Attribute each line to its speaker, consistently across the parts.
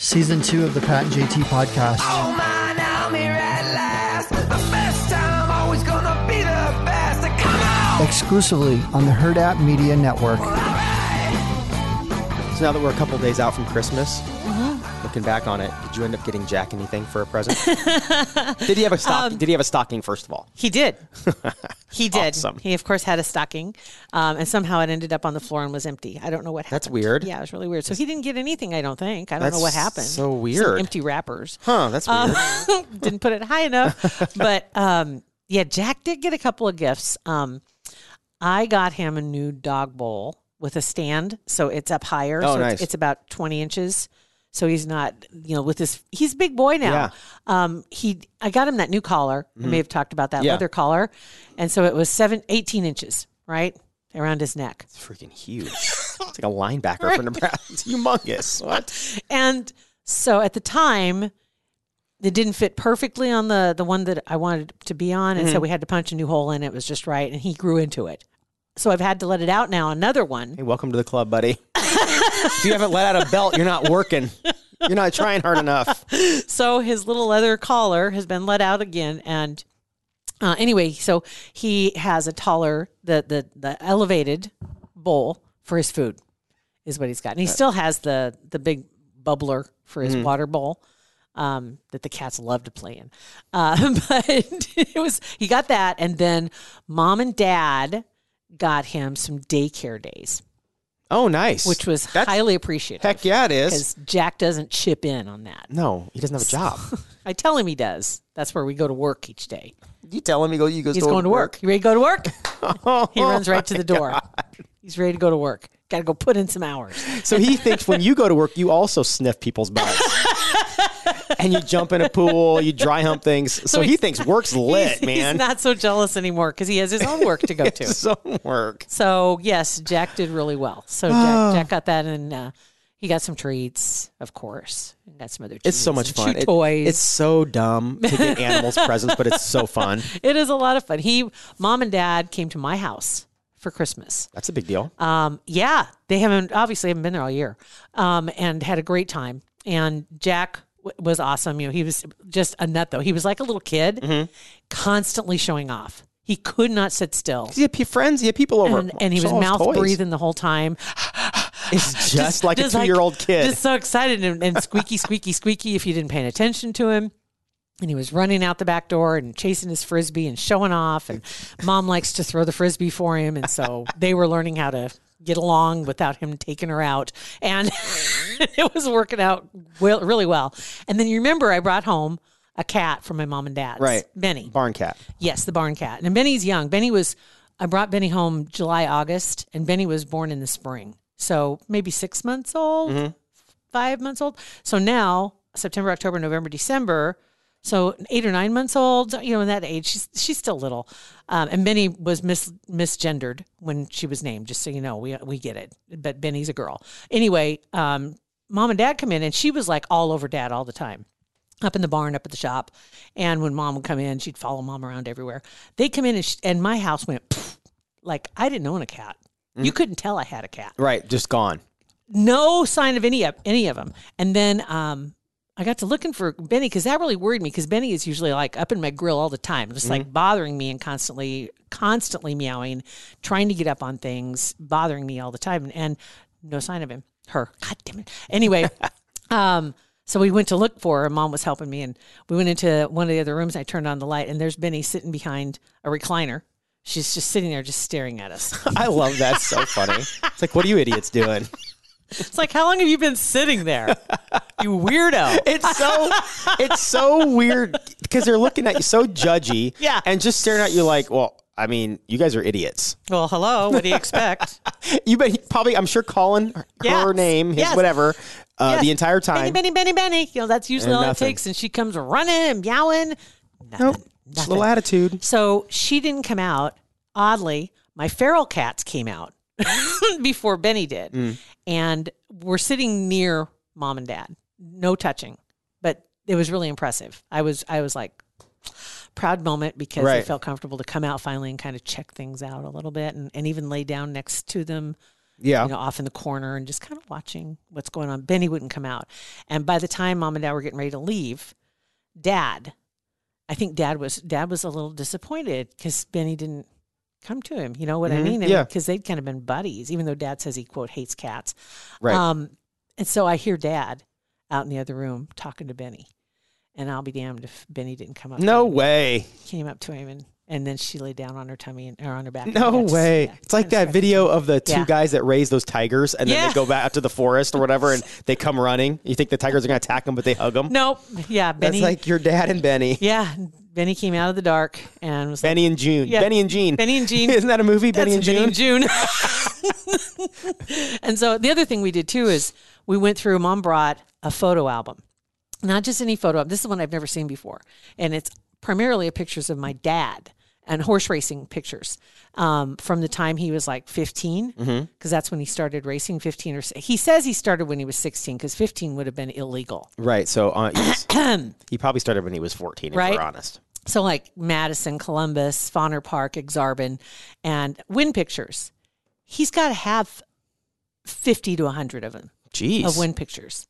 Speaker 1: Season two of the Pat and JT podcast.
Speaker 2: Oh my, now I'm here at last. The best time, always gonna be the best. Come on!
Speaker 1: Exclusively on the Herd App Media Network.
Speaker 3: So now that we're a couple days out from Christmas,
Speaker 4: Mm-hmm.
Speaker 3: looking back on it, did you end up getting Jack anything for a present? did he have a stock? did he have a stocking first of all?
Speaker 4: Um, He did. He did.
Speaker 3: Awesome.
Speaker 4: He of course had a stocking, um, and somehow it ended up on the floor and was empty. I don't know what happened.
Speaker 3: That's weird.
Speaker 4: Yeah, it was really weird. So he didn't get anything. I don't think. I don't know
Speaker 3: That's
Speaker 4: what happened.
Speaker 3: so
Speaker 4: Some
Speaker 3: weird.
Speaker 4: empty wrappers.
Speaker 3: Huh? That's weird.
Speaker 4: Um, didn't put it high enough. But um, yeah, Jack did get a couple of gifts. Um, I got him a new dog bowl with a stand, so it's up higher.
Speaker 3: Oh,
Speaker 4: so
Speaker 3: nice.
Speaker 4: it's, it's about twenty inches. So he's not, you know, with his he's a big boy now. Um, he I got him that new collar. I may have talked about that
Speaker 3: Mm-hmm. Yeah.
Speaker 4: leather collar, and so it was seven, 18 inches, right around his neck.
Speaker 3: it's freaking huge. It's like a linebacker for Nebraska. It's humongous. What?
Speaker 4: And so at the time, it didn't fit perfectly on the the one that I wanted to be on, and so we had to punch a new hole in. It was just right, and he grew into it. So I've had to let it out now. Another one.
Speaker 3: Hey, welcome to the club, buddy. if you haven't let out a belt, you're not working. You're not trying hard enough.
Speaker 4: So his little leather collar has been let out again, and uh, anyway, so he has a taller the the the elevated bowl for his food is what he's got, and he
Speaker 3: Uh,
Speaker 4: still has the the big bubbler for
Speaker 3: Mm-hmm.
Speaker 4: his water bowl. um, that the cats love to play in. Uh, but it was he got that, and then mom and dad got him some daycare days,
Speaker 3: Oh, nice.
Speaker 4: which was
Speaker 3: That's-
Speaker 4: highly appreciated.
Speaker 3: heck yeah, it is.
Speaker 4: because Jack doesn't chip in on that.
Speaker 3: No, he doesn't have a job.
Speaker 4: I tell him he does. That's where we go to work each day.
Speaker 3: you tell him he goes. He goes
Speaker 4: He's
Speaker 3: to Oh
Speaker 4: going to work. You ready to go to work? he runs right to the door. He's ready to go to work. Got to go put in some hours.
Speaker 3: So he thinks when you go to work, you also sniff people's butts. and you jump in a pool, you dry hump things. So, he
Speaker 4: he's-
Speaker 3: thinks work's lit,
Speaker 4: he's,
Speaker 3: man.
Speaker 4: He's not so jealous anymore because he has his own work to go to.
Speaker 3: His own work.
Speaker 4: So yes, Jack did really well. So Jack, Jack got that, and uh, he got some treats, of course. And got some other. Treats
Speaker 3: It's so much
Speaker 4: and
Speaker 3: fun.
Speaker 4: Chew
Speaker 3: It-
Speaker 4: toys.
Speaker 3: it's so dumb to get animals presents, but it's so fun.
Speaker 4: it is a lot of fun. He, mom, and dad came to my house for Christmas.
Speaker 3: That's a big deal.
Speaker 4: Um, yeah, they haven't obviously haven't been there all year, um, and had a great time. And Jack w- was awesome. You know, he was just a nut though. He was like a little kid,
Speaker 3: Mm-hmm.
Speaker 4: constantly showing off. He could not sit still.
Speaker 3: He had pe- friends, he had people over,
Speaker 4: And, and he was
Speaker 3: Saw his
Speaker 4: mouth
Speaker 3: toys.
Speaker 4: breathing the whole time.
Speaker 3: It's just, like a two-year-old kid.
Speaker 4: Just so excited and, and squeaky, squeaky, squeaky if you didn't pay attention to him. And he was running out the back door and chasing his frisbee and showing off. And mom likes to throw the frisbee for him. And so they were learning how to get along without him taking her out. And it was working out well, really well. And then you remember I brought home a cat from my mom and dad's.
Speaker 3: Right.
Speaker 4: Benny.
Speaker 3: Barn cat.
Speaker 4: Yes, the barn cat. And Benny's young. Benny was, I brought Benny home July, August, and Benny was born in the spring. So maybe six months old, five months old. So now, September, October, November, December. So eight or nine months old, you know, in that age, she's she's still little, um, and Benny was mis misgendered when she was named. Just so you know, we we get it, but Benny's a girl anyway. Um, Mom and Dad come in, and she was like all over Dad all the time up in the barn, up at the shop. And when mom would come in, she'd follow mom around everywhere. They come in and, sh and my house went pfft, like I didn't own a cat. You couldn't tell I had a cat.
Speaker 3: Right, just gone.
Speaker 4: No sign of any of any of them. And then um, I got to looking for Benny because that really worried me because Benny is usually like up in my grill all the time, just like bothering me and constantly, constantly meowing, trying to get up on things, bothering me all the time, and, no sign of him. Her, god damn it. Anyway. Um, so we went to look for her. Mom was helping me, and we went into one of the other rooms. And I turned on the light, and there's Benny sitting behind a recliner. She's just sitting there, just staring at us.
Speaker 3: I love that. It's so funny. It's like, what are you idiots doing?
Speaker 4: It's like, how long have you been sitting there, you weirdo?
Speaker 3: It's so it's so weird because they're looking at you so judgy.
Speaker 4: Yeah.
Speaker 3: And just staring at you like, well, I mean, you guys are idiots.
Speaker 4: Well, hello. What do you expect?
Speaker 3: you been probably, I'm sure, calling her
Speaker 4: Yes.
Speaker 3: name, his
Speaker 4: Yes.
Speaker 3: whatever, uh,
Speaker 4: Yes.
Speaker 3: the entire
Speaker 4: Benny,
Speaker 3: time.
Speaker 4: Benny, Benny, Benny. You know, that's usually
Speaker 3: And
Speaker 4: all
Speaker 3: nothing.
Speaker 4: it takes. And she comes running and meowing. Nothing.
Speaker 3: Nope. Just a little
Speaker 4: Nothing.
Speaker 3: attitude.
Speaker 4: So she didn't come out. Oddly, my feral cats came out before Benny did.
Speaker 3: Mm.
Speaker 4: And we're sitting near mom and dad. No touching. But it was really impressive. I was I was like proud moment because I
Speaker 3: Right.
Speaker 4: felt comfortable to come out finally and kind of check things out a little bit and, and even lay down next to them
Speaker 3: Yeah.
Speaker 4: you know, off in the corner and just kind of watching what's going on. Benny wouldn't come out. And by the time mom and dad were getting ready to leave, dad, I think dad was dad was a little disappointed because Benny didn't come to him. You know what
Speaker 3: Mhm,
Speaker 4: I mean?
Speaker 3: yeah.
Speaker 4: Because they'd kind of been buddies, even though dad says he quote hates cats.
Speaker 3: Right.
Speaker 4: Um, and so I hear dad out in the other room talking to Benny. And I'll be damned if Benny didn't come up. to
Speaker 3: no
Speaker 4: him.
Speaker 3: way.
Speaker 4: Came up to him and, and then she lay down on her tummy and or on her back. and I
Speaker 3: No
Speaker 4: got to see
Speaker 3: way.
Speaker 4: that.
Speaker 3: It's like
Speaker 4: Kinda
Speaker 3: that video of the two
Speaker 4: Yeah.
Speaker 3: guys that raise those tigers and then
Speaker 4: Yeah.
Speaker 3: they go back out to the forest or whatever and they come running. You think the tigers are going to attack them, but they hug them.
Speaker 4: Nope. Yeah,
Speaker 3: That's
Speaker 4: Benny.
Speaker 3: like your dad and Benny.
Speaker 4: Yeah, Benny came out of the dark and was
Speaker 3: Benny and June.
Speaker 4: Yeah.
Speaker 3: Benny and Gene.
Speaker 4: Benny and Jean.
Speaker 3: Isn't that a movie?
Speaker 4: like, "That's
Speaker 3: Benny and June.
Speaker 4: Benny and June. and so the other thing we did too is we went through. Mom brought a photo album, not just any photo album. This is one I've never seen before, and it's primarily pictures of my dad and horse racing pictures um, from the time he was like 15 because
Speaker 3: Mm-hmm.
Speaker 4: that's when he started racing 15 or s- he says he started when he was 16 because 15 would have been illegal
Speaker 3: Right. So uh, yes. he probably started when he was 14, if
Speaker 4: Right.
Speaker 3: we're honest.
Speaker 4: so like Madison, Columbus, Fauner Park, Exarban, and Wind Pictures. He's got to have fifty to hundred of them
Speaker 3: Jeez.
Speaker 4: of Wind Pictures,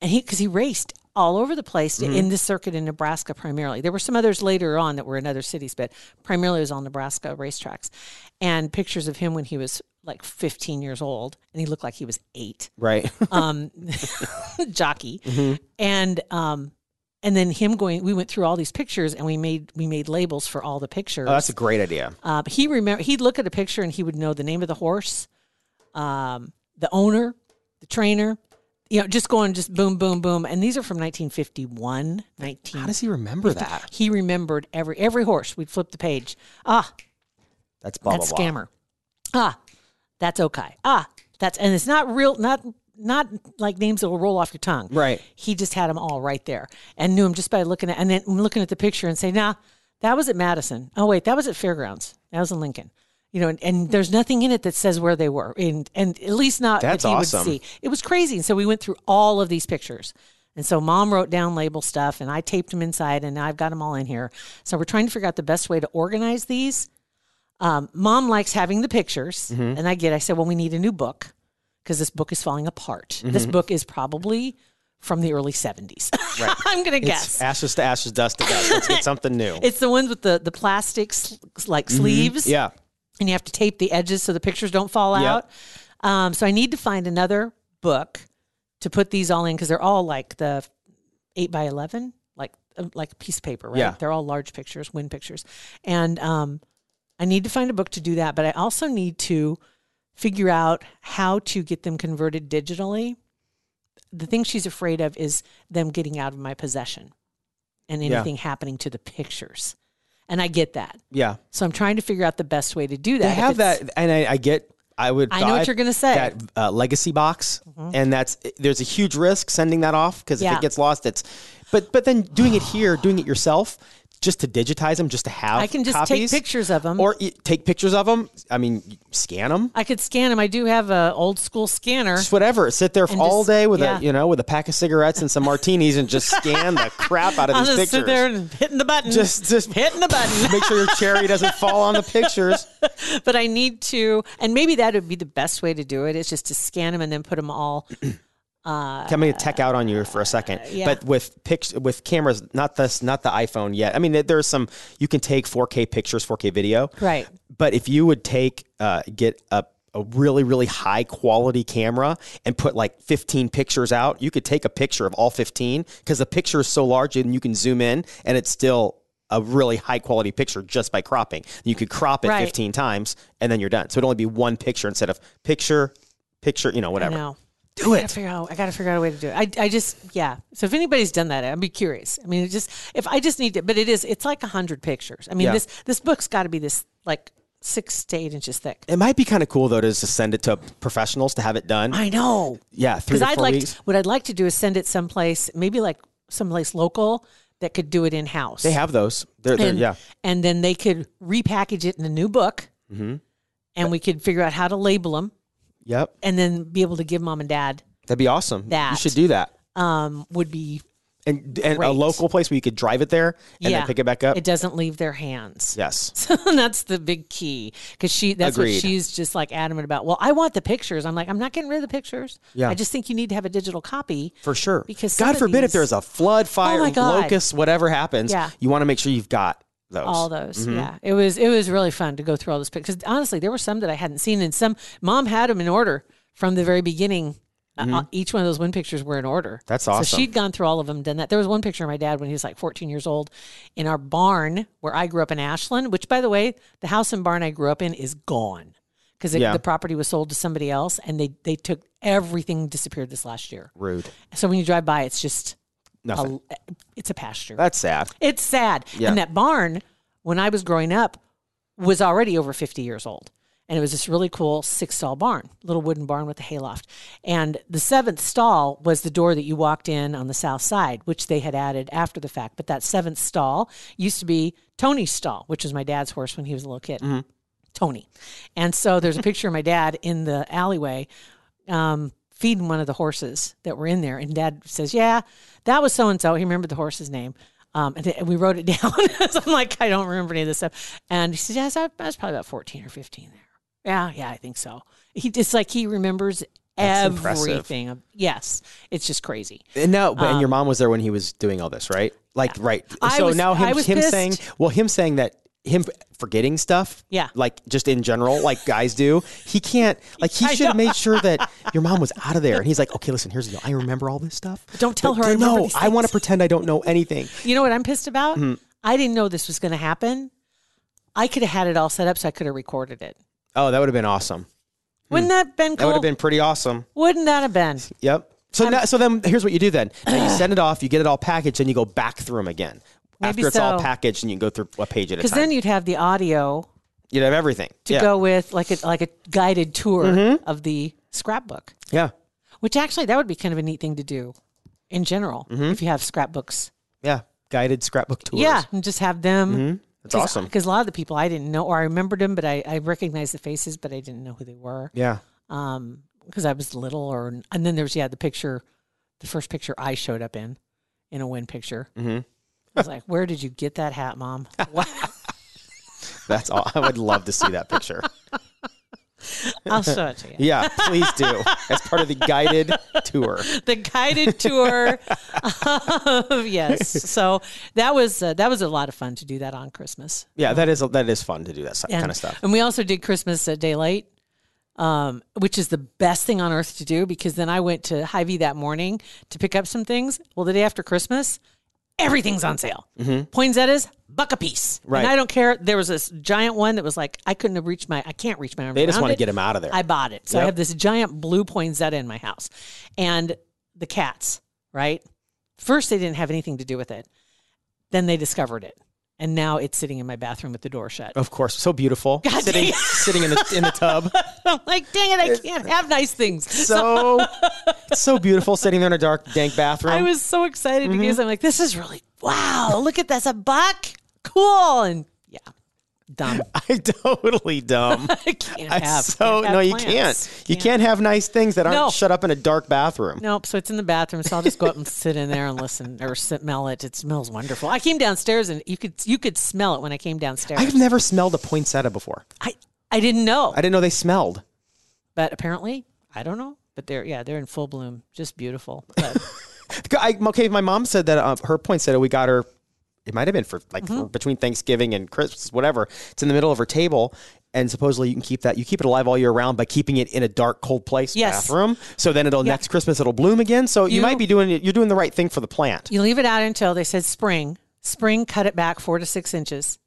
Speaker 4: and he because he raced all over the place to- in the circuit in Nebraska primarily. There were some others later on that were in other cities, but primarily it was on Nebraska racetracks. And pictures of him when he was like fifteen years old, and he looked like he was eight
Speaker 3: right.
Speaker 4: um, jockey, and um, and then him going. We went through all these pictures, and we made we made labels for all the pictures.
Speaker 3: Oh, that's a great idea.
Speaker 4: Uh, he remember he'd look at a picture and he would know the name of the horse, um, the owner, the trainer. You know, just going, just boom, boom, boom. And these are from 1951, 19.
Speaker 3: How does he remember that?
Speaker 4: he remembered every every horse. We'd flip the page. Ah,
Speaker 3: That's blah
Speaker 4: that's
Speaker 3: blah blah.
Speaker 4: scammer. Ah, that's okay. Ah, that's and it's not real. Not not like names that will roll off your tongue.
Speaker 3: Right.
Speaker 4: He just had them all right there and knew them just by looking at and then looking at the picture and say, Nah, that was at Madison. Oh wait, that was at Fairgrounds. That was in Lincoln. You know, and, and there's nothing in it that says where they were, and and at least not
Speaker 3: That's
Speaker 4: that he
Speaker 3: awesome.
Speaker 4: would see. It was crazy, and so we went through all of these pictures. And so mom wrote down label stuff, and I taped them inside, and I've got them all in here. So we're trying to figure out the best way to organize these um, mom likes having the pictures
Speaker 3: Mm-hmm.
Speaker 4: and i get i said well we need a new book because this book is falling apart this
Speaker 3: Mm-hmm.
Speaker 4: book is probably from the early 70s i'm gonna
Speaker 3: It's
Speaker 4: guess
Speaker 3: ashes to ashes, dust to dust. Let's get something new.
Speaker 4: it's the ones with the the plastic sl- like sleeves
Speaker 3: Mm-hmm. yeah.
Speaker 4: and you have to tape the edges so the pictures don't fall
Speaker 3: Yep.
Speaker 4: out um, so i need to find another book to put these all in because they're all like the 8 by 11 like uh, like a piece of paper right
Speaker 3: Yeah.
Speaker 4: they're all large pictures wind pictures and um, i need to find a book to do that but i also need to figure out how to get them converted digitally the thing she's afraid of is them getting out of my possession and
Speaker 3: Yeah.
Speaker 4: anything happening to the pictures and i get that
Speaker 3: Yeah.
Speaker 4: so I'm trying to figure out the best way to do that.
Speaker 3: They
Speaker 4: If
Speaker 3: have
Speaker 4: it's-
Speaker 3: that, and I, I get. I would.
Speaker 4: I know what
Speaker 3: buy
Speaker 4: you're gonna say. Mm-hmm.
Speaker 3: That uh, legacy box, and that's there's a huge risk sending that off because if
Speaker 4: Yeah.
Speaker 3: it gets lost, it's. But but then doing it here, doing it yourself, just to digitize them, just to have.
Speaker 4: I can just take
Speaker 3: copies,
Speaker 4: pictures of 'em.
Speaker 3: or you, take pictures of them. I mean, scan them.
Speaker 4: I could scan them. I do have a old school scanner.
Speaker 3: Just whatever. Sit there
Speaker 4: And
Speaker 3: all
Speaker 4: just-
Speaker 3: day with
Speaker 4: yeah.
Speaker 3: a you know with a pack of cigarettes and some martinis, and just scan the crap out of
Speaker 4: I'll
Speaker 3: these
Speaker 4: just
Speaker 3: pictures.
Speaker 4: sit there and hitting the button.
Speaker 3: just just
Speaker 4: hitting the button.
Speaker 3: Make sure your cherry doesn't fall on the pictures.
Speaker 4: but I need to, and maybe that would be the best way to do it. Is just to scan them and then put them all.
Speaker 3: I'm going to tech out on you for a second,
Speaker 4: Uh,
Speaker 3: but with pic- with cameras, not this, not the iPhone yet. I mean, there- there's some you can take 4K pictures, 4K video,
Speaker 4: Right.
Speaker 3: But if you would take, uh, get a a really really high quality camera and put like 15 pictures out, you could take a picture of all 15 because the picture is so large and you can zoom in and it's still a really high quality picture just by cropping. You could crop it
Speaker 4: Right.
Speaker 3: 15 times and then you're done. So it'd only be one picture instead of picture, picture, you know,
Speaker 4: I
Speaker 3: whatever.
Speaker 4: know.
Speaker 3: Do
Speaker 4: I gotta
Speaker 3: it.
Speaker 4: figure out. I gotta figure out a way to do it. I, I just yeah. So if anybody's done that, I'd be curious. I mean, it just if I just need to, but it is. It's like a hundred pictures. I mean,
Speaker 3: Yeah.
Speaker 4: this this book's got to be this like six to eight inches thick.
Speaker 3: It might be kind of cool though to just send it to professionals to have it done.
Speaker 4: I know.
Speaker 3: yeah, three
Speaker 4: Because
Speaker 3: to
Speaker 4: I'd
Speaker 3: four
Speaker 4: like
Speaker 3: weeks.
Speaker 4: to, what I'd like to do is send it someplace, maybe like someplace local that could do it in house.
Speaker 3: they have those. They're, they're
Speaker 4: and,
Speaker 3: yeah.
Speaker 4: and then they could repackage it in a new book,
Speaker 3: Mm-hmm.
Speaker 4: and we could figure out how to label them,
Speaker 3: Yep.
Speaker 4: and then be able to give mom and dad
Speaker 3: That'd be awesome. You
Speaker 4: That.
Speaker 3: should do that.
Speaker 4: um, would be
Speaker 3: And and
Speaker 4: Great.
Speaker 3: a local place where you could drive it there and
Speaker 4: yeah,
Speaker 3: then pick it back up.
Speaker 4: It doesn't leave their hands.
Speaker 3: yes.
Speaker 4: So that's the big key because she that's
Speaker 3: Agreed.
Speaker 4: what she's just like adamant about. Well, I want the pictures. I'm like, I'm not getting rid of the pictures.
Speaker 3: Yeah.
Speaker 4: I just think you need to have a digital copy.
Speaker 3: For sure.
Speaker 4: Because some
Speaker 3: God
Speaker 4: of
Speaker 3: forbid if
Speaker 4: these- Oh
Speaker 3: there's a flood, fire,
Speaker 4: my God.
Speaker 3: locust, whatever happens,
Speaker 4: Yeah.
Speaker 3: you want to make sure you've got those.
Speaker 4: all those.
Speaker 3: Mm-hmm.
Speaker 4: Yeah, it was it was really fun to go through all those pictures. Honestly, there were some that I hadn't seen, and some mom had them in order from the very beginning. Uh, uh, each one of those wind pictures were in order.
Speaker 3: Mm-hmm. That's
Speaker 4: So
Speaker 3: awesome.
Speaker 4: she'd gone through all of them, done that. There was one picture of my dad when he was like 14 years old in our barn where I grew up in Ashland, which, by the way, the house and barn I grew up in is gone because
Speaker 3: Yeah.
Speaker 4: the property was sold to somebody else and they, they took everything, disappeared this last year.
Speaker 3: Rude.
Speaker 4: So when you drive by, it's just,
Speaker 3: Nothing.
Speaker 4: a, it's a pasture.
Speaker 3: That's sad.
Speaker 4: It's sad.
Speaker 3: Yeah.
Speaker 4: And that barn, when I was growing up, was already over 50 years old. And it was this really cool six stall barn, little wooden barn with a hayloft. And the seventh stall was the door that you walked in on the south side, which they had added after the fact. But that seventh stall used to be Tony's stall, which was my dad's horse when he was a little kid. Tony. And so there's a picture of my dad in the alleyway um, feeding one of the horses that were in there. And dad says, Yeah, that was so and so. He remembered the horse's name. Um, and, th- and we wrote it down. so I'm like, I don't remember any of this stuff. And he says, Yes, I, I was probably about 14 or 15 there. Yeah, yeah, I think so. He just like, he remembers
Speaker 3: That's impressive.
Speaker 4: everything. Yes, it's just crazy.
Speaker 3: And now, but and your mom was there when he was doing all this, right? Like, right.
Speaker 4: Uh, I
Speaker 3: so
Speaker 4: was-
Speaker 3: now
Speaker 4: I
Speaker 3: him,
Speaker 4: was
Speaker 3: him
Speaker 4: pissed.
Speaker 3: saying, well, him saying that him forgetting stuff,
Speaker 4: Yeah.
Speaker 3: like just in general, like guys do. He can't. Like he should have made sure that your mom was out of there. And he's like, okay, listen, here's the deal. I remember all this stuff.
Speaker 4: don't tell her I remember
Speaker 3: no,
Speaker 4: these
Speaker 3: I want to
Speaker 4: things."
Speaker 3: pretend I don't know anything.
Speaker 4: You know what I'm pissed about?
Speaker 3: Hmm.
Speaker 4: I didn't know this was going to happen. I could have had it all set up so I could have recorded it.
Speaker 3: Oh, that would have been awesome.
Speaker 4: Wouldn't that
Speaker 3: Hmm.
Speaker 4: been
Speaker 3: That
Speaker 4: cool?
Speaker 3: would have been pretty awesome.
Speaker 4: Wouldn't that have been?
Speaker 3: Yep. So now, so then here's what you do then. Now you send it off, you get it all packaged, and you go back through them again.
Speaker 4: Maybe
Speaker 3: After it's all
Speaker 4: so.
Speaker 3: packaged, and you can go through a page at a
Speaker 4: Because
Speaker 3: time.
Speaker 4: then you'd have the audio
Speaker 3: You'd have everything
Speaker 4: to
Speaker 3: yeah. Mm-hmm.
Speaker 4: go with like a like a guided tour of the scrapbook.
Speaker 3: Yeah.
Speaker 4: Which actually that would be kind of a neat thing to do in general
Speaker 3: Mm-hmm.
Speaker 4: if you have scrapbooks.
Speaker 3: Yeah. Guided scrapbook tours.
Speaker 4: Yeah. And just have them
Speaker 3: Mm-hmm. That's awesome.
Speaker 4: Because a lot of the people I didn't know or I remembered them, but I, I recognized the faces, but I didn't know who they were.
Speaker 3: Yeah.
Speaker 4: um because I was little or and then there was yeah the picture the first picture I showed up in in a win picture mm-hmm. I was like where did you get that hat mom Wow.
Speaker 3: That's all. I would love to see that picture.
Speaker 4: I'll show it to you
Speaker 3: Yeah. Please do. As part of the guided tour.
Speaker 4: the guided tour of, yes so that was uh, that was a lot of fun to do that on Christmas
Speaker 3: Yeah. That is, that is fun to do that kind of stuff.
Speaker 4: And we also did Christmas at daylight, um, which is the best thing on earth to do because then I went to Hy-Vee that morning to pick up some things. Well, the day after Christmas, everything's on sale. Poinsettias, buck a piece.
Speaker 3: Mm-hmm. Right.
Speaker 4: And I don't care. There was this giant one that was like, I couldn't have reached my, I can't reach my arm.
Speaker 3: They just
Speaker 4: around
Speaker 3: want to
Speaker 4: it.
Speaker 3: get him out of there.
Speaker 4: I bought it. So I
Speaker 3: Yep.
Speaker 4: have this giant blue poinsettia in my house. And the cats, right? First, they didn't have anything to do with it. Then they discovered it. And now it's sitting in my bathroom with the door shut.
Speaker 3: of course. So beautiful.
Speaker 4: God
Speaker 3: sitting,
Speaker 4: damn.
Speaker 3: sitting in the, in the tub.
Speaker 4: I'm like, dang it, I can't have nice things.
Speaker 3: So, it's so beautiful sitting there in a dark, dank bathroom.
Speaker 4: I was so excited because
Speaker 3: Mm-hmm.
Speaker 4: I'm like, this is really wow. Look at that's a buck. Cool. And yeah, dumb.
Speaker 3: I totally dumb.
Speaker 4: I can't
Speaker 3: I
Speaker 4: have.
Speaker 3: so
Speaker 4: can't have
Speaker 3: no, you
Speaker 4: plants.
Speaker 3: can't. You can't have nice things that aren't
Speaker 4: No.
Speaker 3: shut up in a dark bathroom.
Speaker 4: Nope. So it's in the bathroom. So I'll just go up and sit in there and listen or smell it. It smells wonderful. I came downstairs and you could you could smell it when I came downstairs.
Speaker 3: I've never smelled a poinsettia before.
Speaker 4: I I didn't know,
Speaker 3: I didn't know they smelled.
Speaker 4: but apparently I don't know. But they're yeah they're in full bloom, just beautiful. But
Speaker 3: I, okay, my mom said that uh, her poinsettia we got her. It might have been for like
Speaker 4: Mm-hmm.
Speaker 3: for between Thanksgiving and Christmas, whatever. It's in the middle of her table, and supposedly you can keep that. You keep it alive all year round by keeping it in a dark, cold place,
Speaker 4: Yes.
Speaker 3: bathroom. So then it'll next Christmas it'll bloom again. So you,
Speaker 4: You-
Speaker 3: might be doing it. You're doing the right thing for the plant.
Speaker 4: You leave it out until they said spring. Spring, cut it back four to six inches,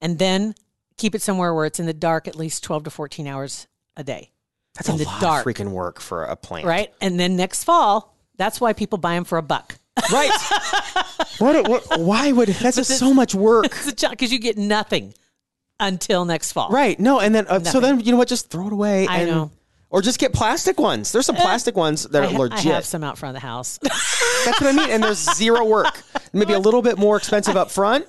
Speaker 4: and then keep it somewhere where it's in the dark at least twelve to fourteen hours a day,
Speaker 3: That's
Speaker 4: in
Speaker 3: a
Speaker 4: the
Speaker 3: lot
Speaker 4: dark.
Speaker 3: of freaking work for a plant,
Speaker 4: right? And then next fall, that's why people buy them for a buck
Speaker 3: Right. what, what? Why would that's just so much work?
Speaker 4: because you get nothing until next fall.
Speaker 3: Right. No, and then uh, so then you know what? Just throw it away.
Speaker 4: I
Speaker 3: and,
Speaker 4: know. Eh.
Speaker 3: Or just get plastic ones. There's some plastic ones that
Speaker 4: I,
Speaker 3: are
Speaker 4: ha- I
Speaker 3: legit.
Speaker 4: have some out front of the house.
Speaker 3: That's what I mean. And there's zero work. Maybe a little bit more expensive up front.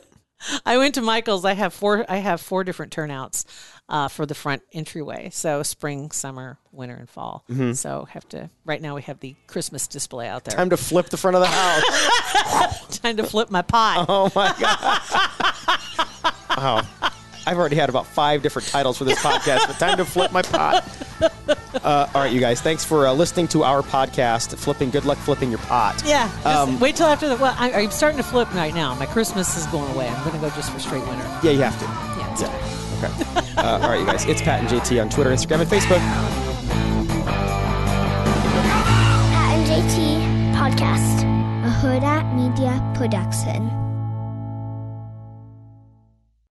Speaker 4: I went to Michael's. I have four. I have four different turnouts uh, for the front entryway. So spring, summer, winter, and fall. So have to. Right now we have the Christmas display out there.
Speaker 3: Mm-hmm. Time to flip the front of the house.
Speaker 4: Time to flip my pie.
Speaker 3: Oh my god. Oh. I've already had about five different titles for this podcast, but time to flip my pot. Uh, all right, you guys, thanks for uh, listening to our podcast, Flipping Good Luck Flipping Your Pot.
Speaker 4: Yeah. just
Speaker 3: Um,
Speaker 4: wait till after the. Well, I, I'm starting to flip right now. My Christmas is going away. I'm going to go just for straight winter.
Speaker 3: Yeah, you have to.
Speaker 4: Yeah. it's time.
Speaker 3: Okay. Uh, all right, you guys, it's Pat and JT on Twitter, Instagram, and Facebook.
Speaker 5: Pat and JT Podcast, a Huda Media Production.